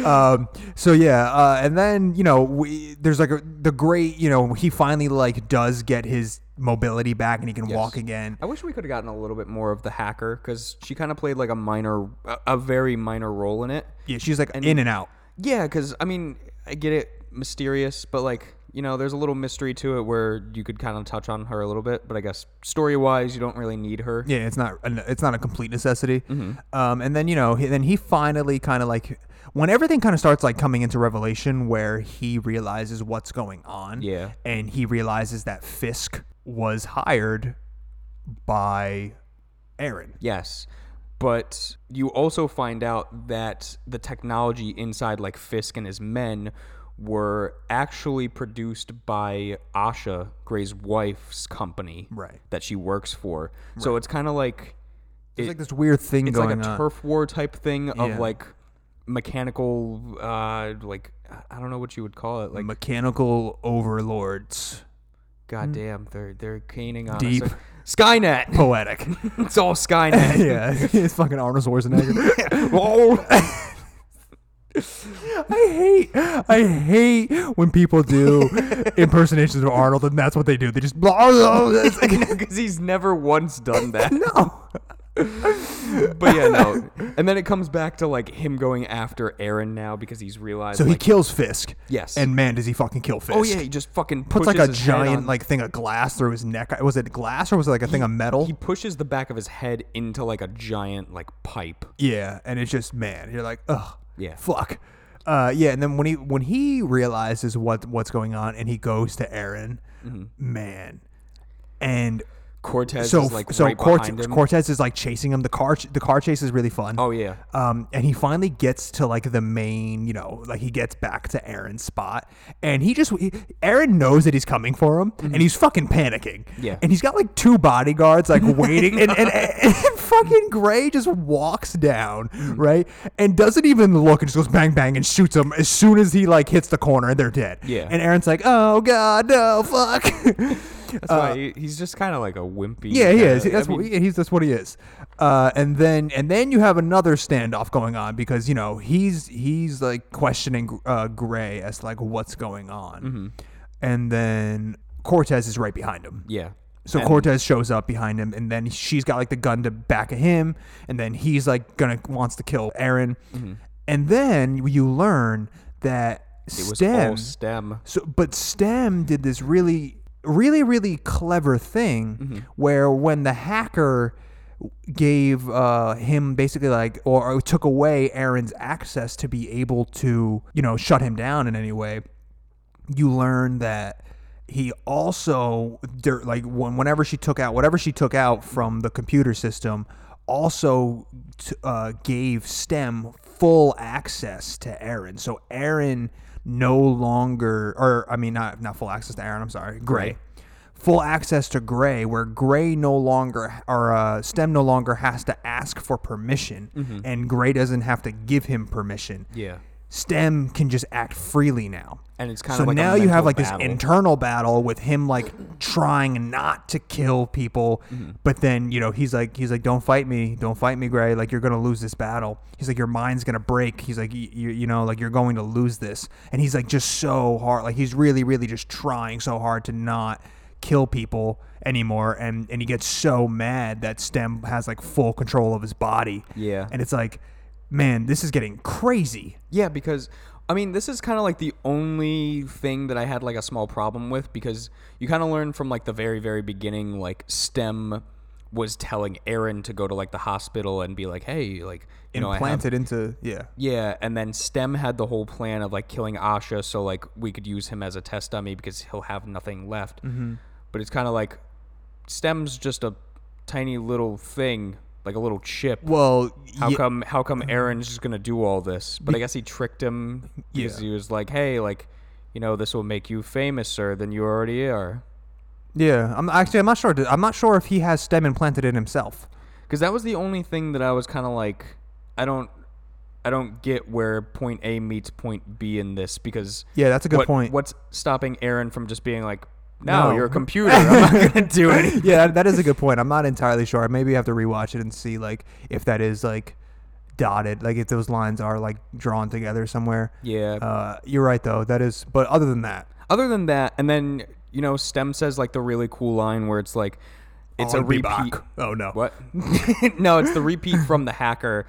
Speaker 3: um, so yeah, uh, and then you know, we, there's like a, the great, you know, he finally like does get his mobility back and he can walk again.
Speaker 1: I wish we could have gotten a little bit more of the hacker because she kind of played like a minor, a- a very minor role in it.
Speaker 3: Yeah, she's like in and out.
Speaker 1: Yeah, because I mean, I get it, mysterious, but like you know, there's a little mystery to it where you could kind of touch on her a little bit. But I guess story wise, you don't really need her.
Speaker 3: Yeah, it's not an, it's not a complete necessity.
Speaker 1: Mm-hmm.
Speaker 3: Um, and then you know, he, then he finally kind of like when everything kind of starts like coming into revelation, where he realizes what's going on.
Speaker 1: Yeah.
Speaker 3: and he realizes that Fisk was hired by Aaron.
Speaker 1: Yes. But you also find out that the technology inside, like Fisk and his men, were actually produced by Asha, Gray's wife's company
Speaker 3: Right.
Speaker 1: that she works for. So it's kind of like
Speaker 3: It's
Speaker 1: it-
Speaker 3: like this weird thing
Speaker 1: it's
Speaker 3: going
Speaker 1: like a
Speaker 3: on.
Speaker 1: turf war type thing
Speaker 3: Yeah.
Speaker 1: of like mechanical, uh, like I- I don't know what you would call it. Like
Speaker 3: mechanical overlords.
Speaker 1: goddamn, they're they're caning on
Speaker 3: Mm-hmm. Deep.
Speaker 1: us. Skynet.
Speaker 3: Poetic.
Speaker 1: it's all Skynet.
Speaker 3: yeah, it's fucking Arnold Schwarzenegger.
Speaker 1: Oh.
Speaker 3: I hate, I hate when people do impersonations of Arnold, and that's what they do. They just blah. blah, blah. It's like,
Speaker 1: because he's never once done that.
Speaker 3: no.
Speaker 1: But yeah, no. And then it comes back to like him going after Aaron now because he's realized.
Speaker 3: So he
Speaker 1: like,
Speaker 3: kills Fisk.
Speaker 1: Yes.
Speaker 3: And man, does he fucking kill Fisk?
Speaker 1: oh yeah, he just fucking
Speaker 3: Puts like
Speaker 1: pushes
Speaker 3: a
Speaker 1: his head
Speaker 3: giant
Speaker 1: on-
Speaker 3: like thing of glass through his neck. Was it glass or was it like a thing of metal?
Speaker 1: He pushes the back of his head into like a giant like pipe.
Speaker 3: Yeah, and it's just man, you're like, ugh,
Speaker 1: Yeah.
Speaker 3: fuck, uh, yeah. And then when he when he realizes what what's going on, and he goes to Aaron,
Speaker 1: Mm-hmm.
Speaker 3: man, and
Speaker 1: Cortez
Speaker 3: so
Speaker 1: is like
Speaker 3: so
Speaker 1: right
Speaker 3: Cortez,
Speaker 1: behind him.
Speaker 3: Cortez is like chasing him. The car ch- the car chase is really fun.
Speaker 1: oh yeah,
Speaker 3: Um, and he finally gets to like the main, you know, like he gets back to Aaron's spot, and he just he, Aaron knows that he's coming for him, and he's fucking panicking.
Speaker 1: Mm-hmm. Yeah.
Speaker 3: and he's got like two bodyguards like waiting, and, and, and fucking Gray just walks down
Speaker 1: Mm-hmm.
Speaker 3: right and doesn't even look, and just goes bang bang and shoots him as soon as he like hits the corner, and they're dead.
Speaker 1: Yeah.
Speaker 3: and Aaron's like, oh god, no, fuck.
Speaker 1: that's why he, he's just kind of like a wimpy.
Speaker 3: uh, Yeah, he
Speaker 1: kinda-
Speaker 3: is. That's
Speaker 1: I
Speaker 3: what
Speaker 1: mean,
Speaker 3: he's. That's what he is. Uh, and then and then you have another standoff going on because you know he's he's like questioning uh, Gray as to, like what's going on,
Speaker 1: Mm-hmm.
Speaker 3: and then Cortez is right behind him.
Speaker 1: yeah.
Speaker 3: So Cortez shows up behind him, and then she's got like the gun to back of him, and then he's like gonna wants to kill Aaron, and then you learn that
Speaker 1: Mm-hmm. It was
Speaker 3: Stem
Speaker 1: all stem.
Speaker 3: so, but STEM did this really, really, really clever thing where when the hacker gave uh, him basically like, or, or took away Aaron's access to be able to, you know, shut him down in any way, you learn that he also dur- like when, whenever she took out whatever she took out from the computer system also t- uh, gave stem full access to aaron so aaron no longer or i mean not not full access to aaron i'm sorry gray full access to gray where gray no longer or uh, stem no longer has to ask for permission and gray doesn't have to give him permission
Speaker 1: Yeah.
Speaker 3: stem can just act freely now
Speaker 1: And it's kinda
Speaker 3: so
Speaker 1: like a
Speaker 3: now you
Speaker 1: mental
Speaker 3: have like
Speaker 1: battle.
Speaker 3: this internal battle with him like trying not to kill people
Speaker 1: Mm-hmm.
Speaker 3: but then you know he's like he's like don't fight me don't fight me gray like you're gonna lose this battle he's like your mind's gonna break he's like y- you, you know like you're going to lose this and he's like just so hard like he's really really just trying so hard to not kill people anymore and and he gets so mad that stem has like full control of his body
Speaker 1: Yeah.
Speaker 3: and it's like man this is getting crazy
Speaker 1: Yeah, because I mean, this is kind of like the only thing that I had like a small problem with because you kind of learn from like the very, very beginning, like STEM was telling Aaron to go to like the hospital and be like, hey, like, you know, I have
Speaker 3: implanted into yeah.
Speaker 1: yeah, and then STEM had the whole plan of like killing Asha so like we could use him as a test dummy because he'll have nothing left. But it's kind of like STEM's just a tiny little thing, like a little chip.
Speaker 3: Well,
Speaker 1: how
Speaker 3: ye-
Speaker 1: come how come Aaron's just going to do all this? But I guess he tricked him because
Speaker 3: Yeah.
Speaker 1: he was like, "Hey, like, you know, this will make you famouser than you already are."
Speaker 3: yeah. I'm actually I'm not sure. I'm not sure if he has stem implanted in himself.
Speaker 1: Because that was the only thing that I was kind of like, I don't, I don't get where point A meets point B in this because
Speaker 3: Yeah, that's a good
Speaker 1: what-
Speaker 3: point.
Speaker 1: What's stopping Aaron from just being like, no,
Speaker 3: No.
Speaker 1: you're a computer. I'm not gonna do it.
Speaker 3: yeah, that- that is a good point. I'm not entirely sure. Maybe I have to rewatch it and see like if that is like dotted, like if those lines are like drawn together somewhere.
Speaker 1: Yeah.
Speaker 3: Uh, you're right though. That is. But other than that,
Speaker 1: Other than that, and then you know, STEM says like the really cool line where it's like, it's
Speaker 3: I'll
Speaker 1: a
Speaker 3: be
Speaker 1: repeat.
Speaker 3: back. Oh no.
Speaker 1: What? no, it's the repeat from the hacker,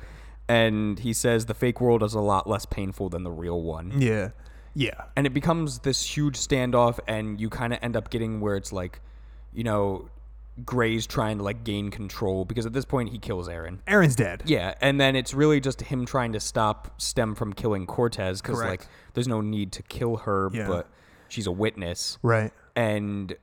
Speaker 1: and he says the fake world is a lot less painful than the real one.
Speaker 3: Yeah. Yeah.
Speaker 1: and it becomes this huge standoff and you kind of end up getting where it's like you know gray's trying to like gain control because at this point he kills aaron
Speaker 3: Aaron's dead.
Speaker 1: yeah and then it's really just him trying to stop stem from killing cortez because
Speaker 3: Correct.
Speaker 1: like there's no need to kill her
Speaker 3: Yeah.
Speaker 1: but she's a witness
Speaker 3: Right.
Speaker 1: and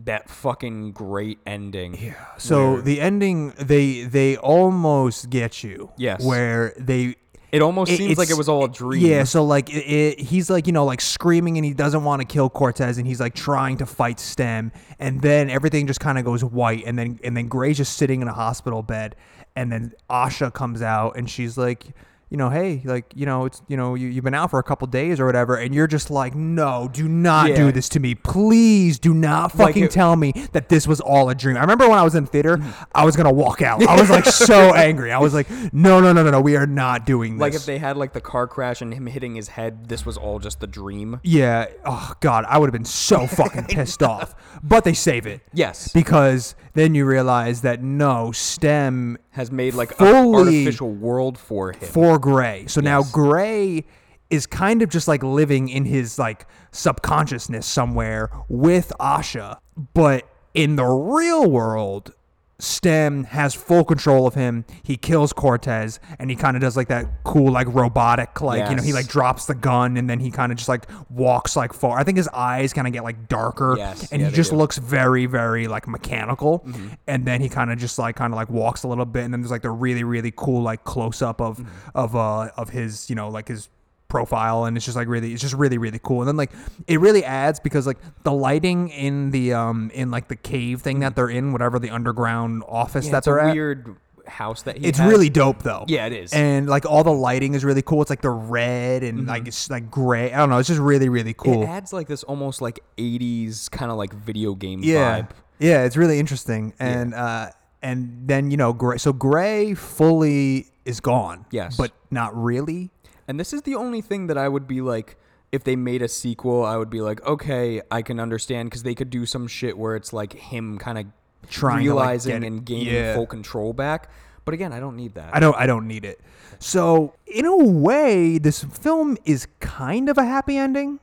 Speaker 1: that fucking great ending yeah
Speaker 3: So the ending, they they almost get you.
Speaker 1: Yes.
Speaker 3: Where they.
Speaker 1: it almost
Speaker 3: it-
Speaker 1: seems like it
Speaker 3: it's-
Speaker 1: was all a dream
Speaker 3: Yeah, so like it, it, he's like you know like screaming and he doesn't want to kill Cortez and he's like trying to fight Stem and then everything just kind of goes white and then and then Gray's just sitting in a hospital bed and then Asha comes out and she's like you know hey like you know it's you know you, you've been out for a couple days or whatever and you're just like no do not
Speaker 1: Yeah.
Speaker 3: do this to me please do not
Speaker 1: Like
Speaker 3: fucking
Speaker 1: it- Mm-hmm.
Speaker 3: tell me that this was all a dream. I remember when I was in theater, I was gonna walk out. I was like so angry. I was like, no, no, no, no, no, we are not doing this.
Speaker 1: like if they had like the car crash and him hitting his head this was all just the dream
Speaker 3: yeah, oh god, I would have been so fucking pissed off. But they save it.
Speaker 1: Yes.
Speaker 3: because then you realize that no STEM
Speaker 1: has made like an
Speaker 3: Fully-
Speaker 1: artificial world for him
Speaker 3: for Gray. So now
Speaker 1: Yes.
Speaker 3: Gray is kind of just like living in his like subconsciousness somewhere with Asha, but in the real world, Stem has full control of him. He kills Cortez and he kind of does like that cool like robotic like you know he
Speaker 1: Yes.
Speaker 3: like drops the gun and then he kind of just like walks like far. I think his eyes kind of get like darker
Speaker 1: Yes,
Speaker 3: and
Speaker 1: yeah,
Speaker 3: he
Speaker 1: they
Speaker 3: just
Speaker 1: do.
Speaker 3: looks very very like mechanical
Speaker 1: Mm-hmm.
Speaker 3: and then he kind of just like kind of like walks a little bit and then there's like the really really cool like close up of
Speaker 1: Mm-hmm.
Speaker 3: of uh of his you know like his profile and it's just like really it's just really really cool and then like it really adds because like the lighting in the um in like the cave thing that they're in whatever the underground office that
Speaker 1: That's Mm-hmm. a
Speaker 3: they're at
Speaker 1: weird house that he
Speaker 3: it's
Speaker 1: has.
Speaker 3: really dope though.
Speaker 1: Yeah, it is.
Speaker 3: And like all the lighting is really cool. It's like the red and like it's like gray. I don't know. It's just really really
Speaker 1: Mm-hmm. it
Speaker 3: cool.
Speaker 1: adds like this almost like 80s kind of like video game
Speaker 3: yeah.
Speaker 1: vibe.
Speaker 3: Yeah, it's really interesting. And uh and then you know Gray so Gray fully is gone.
Speaker 1: Yes.
Speaker 3: But not really.
Speaker 1: And this is the only thing that I would be like if they made a sequel, I would be like, "Okay, I can understand cuz they could do some shit where it's like him kind of
Speaker 3: Trying to, like,
Speaker 1: realizing
Speaker 3: get it-
Speaker 1: and gaining
Speaker 3: yeah.
Speaker 1: full control back." But again, I don't need that.
Speaker 3: I don't I don't need it. So in a way, this film is kind of a happy ending.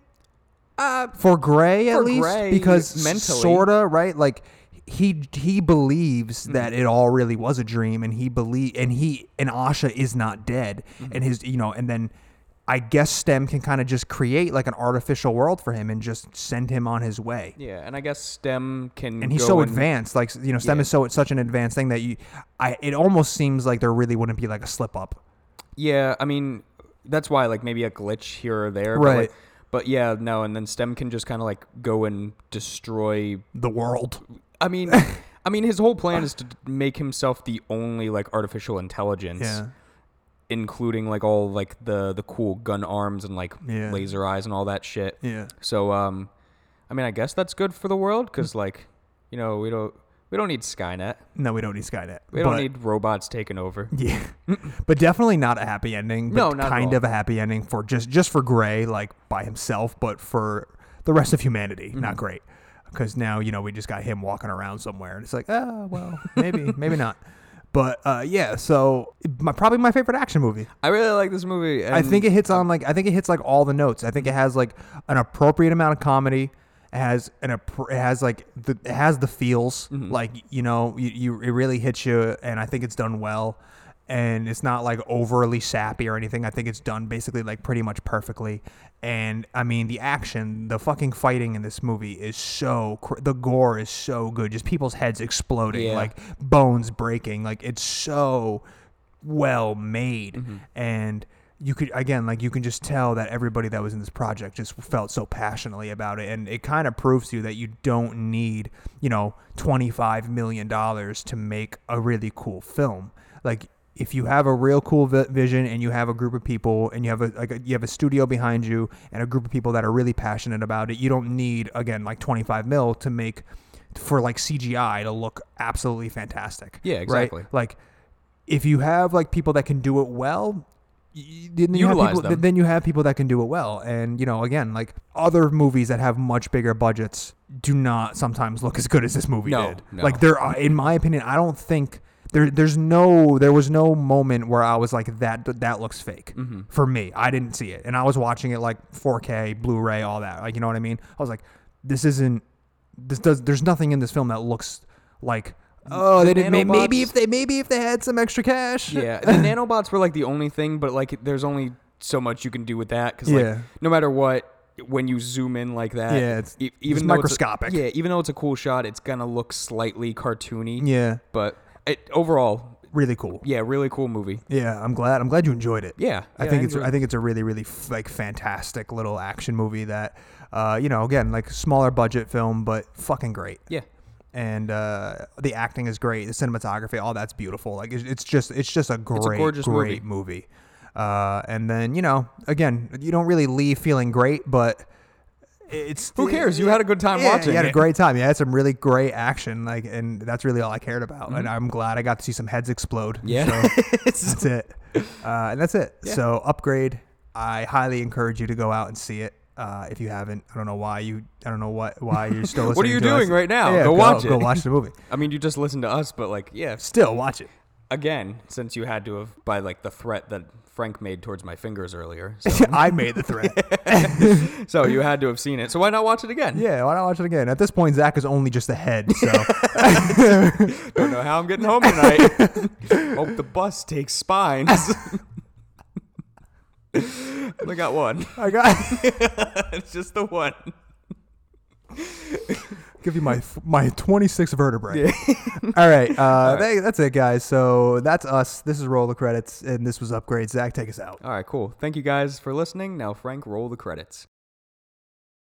Speaker 3: Uh, for Gray at
Speaker 1: for
Speaker 3: least
Speaker 1: Gray,
Speaker 3: because
Speaker 1: mentally.
Speaker 3: sorta right like he he believes
Speaker 1: Mm-hmm.
Speaker 3: that it all really was a dream and he believe and he and Asha is not dead
Speaker 1: Mm-hmm.
Speaker 3: and his you know and then I guess STEM can kind of just create like an artificial world for him and just send him on his way
Speaker 1: yeah, and I guess STEM can
Speaker 3: and he's
Speaker 1: go
Speaker 3: so
Speaker 1: and-
Speaker 3: advanced like you know stem
Speaker 1: Yeah.
Speaker 3: is so such an advanced thing that you i it almost seems like there really wouldn't be like a slip up
Speaker 1: Yeah, I mean, that's why like maybe a glitch here or there, but,
Speaker 3: Right.
Speaker 1: like- but yeah, no, and then STEM can just kind of like go and destroy
Speaker 3: the world
Speaker 1: I mean, I mean, his whole plan is to d- make himself the only like artificial intelligence, including like all like the the cool gun arms and like
Speaker 3: Yeah.
Speaker 1: laser eyes and all that shit.
Speaker 3: yeah
Speaker 1: So, um, I mean, I guess that's good for the world because like, you know, we don't we don't need Skynet.
Speaker 3: no we don't need skynet
Speaker 1: We
Speaker 3: but-
Speaker 1: don't need robots taking over.
Speaker 3: yeah but definitely not a happy ending but
Speaker 1: No, not at
Speaker 3: kind
Speaker 1: all.
Speaker 3: of a happy ending for just just for gray like by himself but for the rest of humanity
Speaker 1: Mm-hmm.
Speaker 3: not great because now you know we just got him walking around somewhere and it's like ah well maybe maybe not But uh, yeah, so my, probably my favorite action movie.
Speaker 1: I really like this movie.
Speaker 3: I think it hits on like I think it hits like all the notes. I think it has like an appropriate amount of comedy. It has an appro- it has like the it has the feels like you know you, you it really hits you, and I think it's done well. And it's not like overly sappy or anything. I think it's done basically like pretty much perfectly. And I mean, the action, the fucking fighting in this movie is so cr- the gore is so good. Just people's heads exploding,
Speaker 1: Yeah.
Speaker 3: like bones breaking. Like it's so well made and you could again like you can just tell that everybody that was in this project just felt so passionately about it and it kind of proves to you that you don't need you know 25 million dollars to make a really cool film like if you have a real cool vi- vision and you have a group of people and you have a like a, you have a studio behind you and a group of people that are really passionate about it you don't need again like 25 mil to make for like CGI to look absolutely fantastic
Speaker 1: Yeah,
Speaker 3: right?
Speaker 1: exactly.
Speaker 3: like if you have like people that can do it well, y- then you, have
Speaker 1: Utilize
Speaker 3: people,
Speaker 1: them.
Speaker 3: then you have people that can do it well. And you know, again, like other movies that have much bigger budgets do not sometimes look as good as this movie
Speaker 1: No,
Speaker 3: did.
Speaker 1: no.
Speaker 3: Like there, are, in my opinion, I don't think there. There's no, there was no moment where I was like that. That looks fake
Speaker 1: Mm-hmm.
Speaker 3: for me. I didn't see it, and I was watching it like 4K, Blu-ray, all that. Like you know what I mean? I was like, this isn't. This does. There's nothing in this film that looks like. Oh, they didn't. may- Maybe
Speaker 1: nanobots-
Speaker 3: if they maybe if they had some extra cash.
Speaker 1: yeah, the nanobots were like the only thing, but like there's only so much you can do with that because
Speaker 3: Yeah.
Speaker 1: like no matter what, when you zoom in like that,
Speaker 3: Yeah, it's-
Speaker 1: e-
Speaker 3: it's
Speaker 1: though
Speaker 3: microscopic.
Speaker 1: yeah, even though it's a cool shot, it's gonna look slightly cartoony.
Speaker 3: Yeah.
Speaker 1: but it, overall,
Speaker 3: Really cool.
Speaker 1: yeah, really cool movie.
Speaker 3: Yeah, I'm glad. I'm glad you enjoyed it.
Speaker 1: Yeah,
Speaker 3: I
Speaker 1: yeah,
Speaker 3: think
Speaker 1: I
Speaker 3: it's.
Speaker 1: enjoyed
Speaker 3: I think it's a really, really f- like fantastic little action movie that, uh, you know, again, like smaller budget film, but fucking great.
Speaker 1: Yeah,
Speaker 3: And uh, the acting is great. The cinematography, all that's beautiful. Like it's, it's just, it's just a great,
Speaker 1: gorgeous
Speaker 3: great movie. Uh, and then you know, again, you don't really leave feeling great, but it's
Speaker 1: Who cares? You had a good time
Speaker 3: yeah,
Speaker 1: watching
Speaker 3: You had a
Speaker 1: it.
Speaker 3: great time. You had some really great action, like, and that's really all I cared about. And I'm glad I got to see some heads explode.
Speaker 1: Mm-hmm. Yeah.
Speaker 3: So that's it. Uh, and that's it. So upgrade. I highly encourage you to go out and see it. Uh, if you haven't, I don't know why you, I don't know what, why you're still listening.
Speaker 1: What are you
Speaker 3: to us.
Speaker 1: doing right now?
Speaker 3: Yeah,
Speaker 1: Go watch it.
Speaker 3: Go watch the movie.
Speaker 1: I mean you just listened to us, but like yeah,
Speaker 3: Still watch it.
Speaker 1: again, since you had to have by like the threat that Frank made towards my fingers earlier, so,
Speaker 3: I made the threat.
Speaker 1: so you had to have seen it. So why not watch it again?
Speaker 3: yeah, why not watch it again? At this point, Zach is only just ahead. So
Speaker 1: Don't know how I'm getting home tonight. Hope the bus takes spines. I got one.
Speaker 3: I got
Speaker 1: It's just the one.
Speaker 3: give you my my 26 vertebrae. All right, uh, tha- that's it, guys. So that's us. This is roll the credits, and this was upgrade. Zach, take us out.
Speaker 1: All right, cool. Thank you guys for listening. Now, Frank, roll the credits.